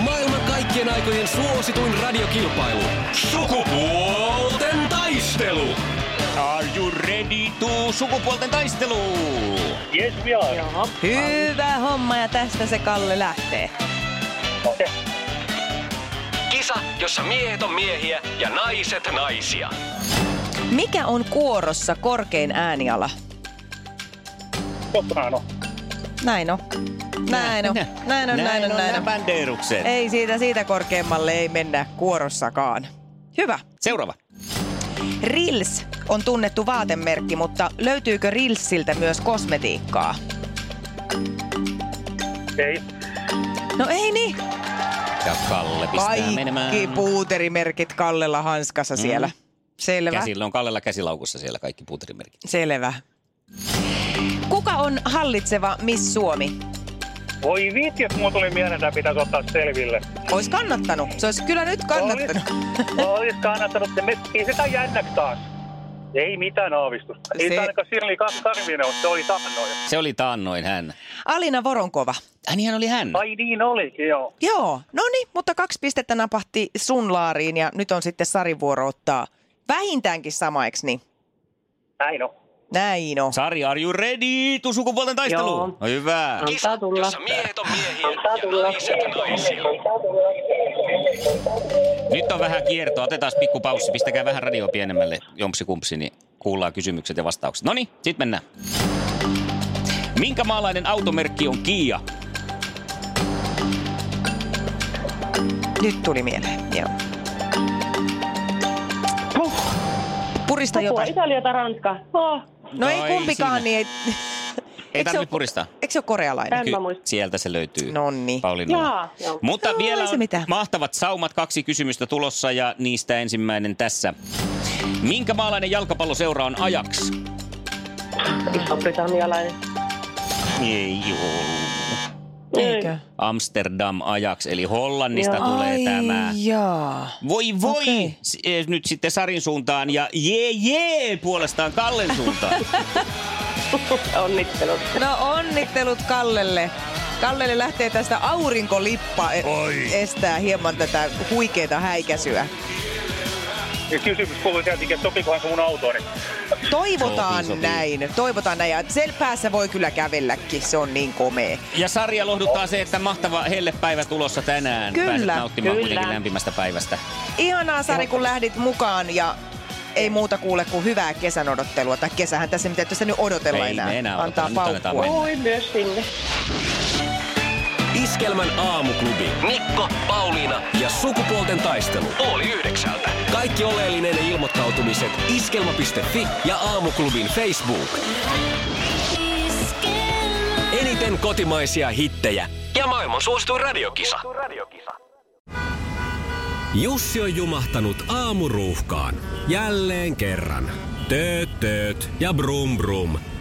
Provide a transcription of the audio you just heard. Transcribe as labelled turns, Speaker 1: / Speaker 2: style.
Speaker 1: Maailman kaikkien aikojen suosituin radiokilpailu. Sukupuolten taistelu.
Speaker 2: Are you ready to sukupuolten taistelu?
Speaker 3: Yes, we are.
Speaker 4: Joo. Hyvä homma ja tästä se Kalle lähtee.
Speaker 1: Kisa, jossa miehet on miehiä ja naiset naisia.
Speaker 4: Mikä on kuorossa korkein ääniala?
Speaker 3: Soprano.
Speaker 4: Näin on. Näin on. No. Näin on, näin on, näin
Speaker 2: nämä
Speaker 4: on.
Speaker 2: bandeerukset.
Speaker 4: Ei siitä siitä korkeammalle ei mennä kuorossakaan. Hyvä.
Speaker 2: Seuraava.
Speaker 4: Rils on tunnettu vaatemerkki, mutta löytyykö Rilsiltä myös kosmetiikkaa?
Speaker 3: Ei.
Speaker 4: No ei niin.
Speaker 2: Ja Kalle pistää menemään.
Speaker 4: Kaikki puuterimerkit Kallella hanskassa siellä. Selvä.
Speaker 2: Käsillä on Kallella käsilaukussa siellä kaikki puuterimerkit.
Speaker 4: Selvä. Kuka on hallitseva Miss Suomi?
Speaker 3: Voi vitsi, että mulla tuli mieleen, että pitäisi ottaa selville.
Speaker 4: Ois kannattanut. Se olisi kyllä nyt kannattanut.
Speaker 3: Olis kannattanut. Me pistetään jännäksi taas. Ei mitään aavistusta. Ei
Speaker 4: Se-
Speaker 3: se... ainakaan siinä oli kaksi karvinen, mutta se oli taannoja.
Speaker 2: Se oli taannoin hän.
Speaker 4: Alina Voronkova.
Speaker 2: Ai niin hän oli hän.
Speaker 3: Ai niin olikin, joo.
Speaker 4: Joo, no niin, mutta kaksi pistettä napahti sun laariin ja nyt on sitten Sarin vuoro ottaa vähintäänkin samaiksi, niin
Speaker 3: Näin on.
Speaker 4: näin on.
Speaker 2: Sari, are you ready to sukupuolten taistelu?
Speaker 5: Joo.
Speaker 2: No hyvä.
Speaker 5: Antaa tulla.
Speaker 1: miehet on miehiä
Speaker 5: Antaa tulla.
Speaker 2: Nyt on vähän kiertoa. Otetaan pikku paussi. Pistäkää vähän radio pienemmälle jompsi kumpsi, niin kuullaan kysymykset ja vastaukset. No niin, sit mennään. Minkä maalainen automerkki on Kia?
Speaker 4: Nyt tuli mieleen, joo. Huh. Purista
Speaker 5: Sopua
Speaker 4: jotain.
Speaker 5: Italia tai Ranska. Oh,
Speaker 4: No ei
Speaker 2: Tai
Speaker 4: kumpikaan,
Speaker 2: siinä.
Speaker 4: niin ei...
Speaker 2: Ei
Speaker 4: Eikö se ole-
Speaker 2: tarvitse puristaa.
Speaker 4: Eikö se ole korealainen?
Speaker 5: en mä muista.
Speaker 2: sieltä se löytyy.
Speaker 4: Nonni.
Speaker 2: Pauliina.
Speaker 5: Jaa, joo.
Speaker 2: Mutta
Speaker 4: No,
Speaker 2: vielä
Speaker 4: ei se
Speaker 2: on
Speaker 4: mitään.
Speaker 2: mahtavat saumat, kaksi kysymystä tulossa ja niistä ensimmäinen tässä. Minkä maalainen jalkapalloseura on Ajax?
Speaker 4: Niin.
Speaker 5: iso-britannialainen.
Speaker 2: Ei oo.
Speaker 4: Eikö?
Speaker 2: Amsterdam Ajax, eli Hollannista
Speaker 5: Joo.
Speaker 2: tulee
Speaker 4: Ai
Speaker 2: tämä.
Speaker 4: jaa.
Speaker 2: Voi voi!
Speaker 4: Okei.
Speaker 2: S- eh, Nyt sitten Sarin suuntaan ja jee jee puolestaan Kallen suuntaan.
Speaker 5: Onnittelut.
Speaker 4: No onnittelut Kallelle. Kallelle lähtee tästä aurinkolippa e-
Speaker 2: Oi.
Speaker 4: estää hieman tätä huikeita häikäisyä.
Speaker 3: Ja kysymys kuului tietenkin, että sopikohan se mun autooni.
Speaker 4: Toivotaan
Speaker 2: Sopii, sopii.
Speaker 4: näin, toivotaan näin. Ja sen päässä voi kyllä kävelläkin, se on niin komea.
Speaker 2: Ja Sarja lohduttaa se, että mahtava hellepäivä tulossa tänään.
Speaker 4: Kyllä.
Speaker 2: Pääset nauttimaan
Speaker 5: Kyllä.
Speaker 2: kuitenkin lämpimästä päivästä.
Speaker 4: Ihanaa Sari, kun lähdit mukaan ja ei muuta kuule kuin hyvää kesän odottelua. Tai kesähän tässä mitä tässä nyt odotella
Speaker 2: Ei
Speaker 4: enää.
Speaker 2: me enää
Speaker 4: Antaa
Speaker 2: odotella, nyt annetaan
Speaker 4: paukkua.
Speaker 2: mennä.
Speaker 5: Voi myös sinne.
Speaker 1: Iskelmän aamuklubi. Mikko, Pauliina ja sukupuolten taistelu. Oli yhdeksältä. Kaikki oleellinen ilmoittautumiset iskelma.fi ja aamuklubin Facebook. Eniten kotimaisia hittejä ja maailman suosituin radiokisa. Jussi on jumahtanut aamuruuhkaan. Jälleen kerran. Tööt, tööt ja brum brum.